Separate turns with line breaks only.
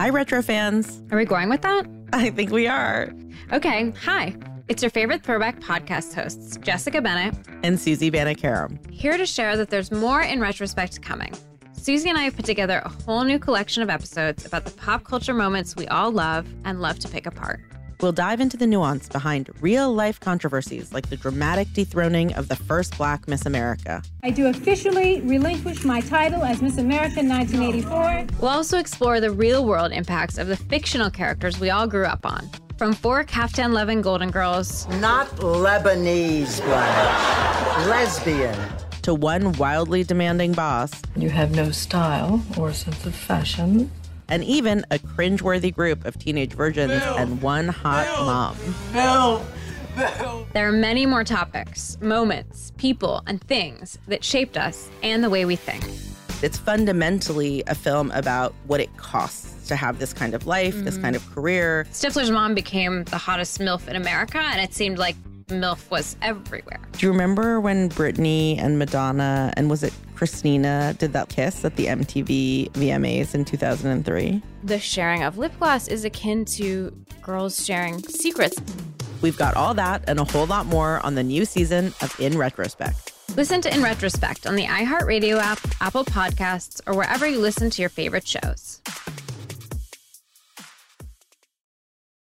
Hi, retro fans.
Are we going with that?
I think we are.
Okay, hi. It's your favorite throwback podcast hosts, Jessica Bennett,
And Susie Bannicarum.
here to share that there's more in retrospect coming. Susie and I have put together a whole new collection of episodes about the pop culture moments we all love and love to pick apart.
We'll dive into the nuance behind real life controversies like the dramatic dethroning of the first black Miss America.
I do officially relinquish my title as Miss America 1984.
We'll also explore the real world impacts of the fictional characters we all grew up on, from four Kaftan loving Golden Girls
Not Lebanese, Blanche. Lesbian.
To one wildly demanding boss,
You have no style or sense of fashion.
and even a cringeworthy group of teenage virgins and one hot mom.
There are many more topics, moments, people, and things that shaped us and the way we think.
It's fundamentally a film about what it costs to have this kind of life, this kind of career.
Stifler's mom became the hottest MILF in America, and it seemed like MILF was everywhere.
Do you remember when Britney and Madonna and was it Christina did that kiss at the MTV VMAs in 2003?
The sharing of lip gloss is akin to girls sharing secrets.
We've got all that and a whole lot more on the new season of In Retrospect.
Listen to In Retrospect on the iHeartRadio app, Apple Podcasts, or wherever you listen to your favorite shows.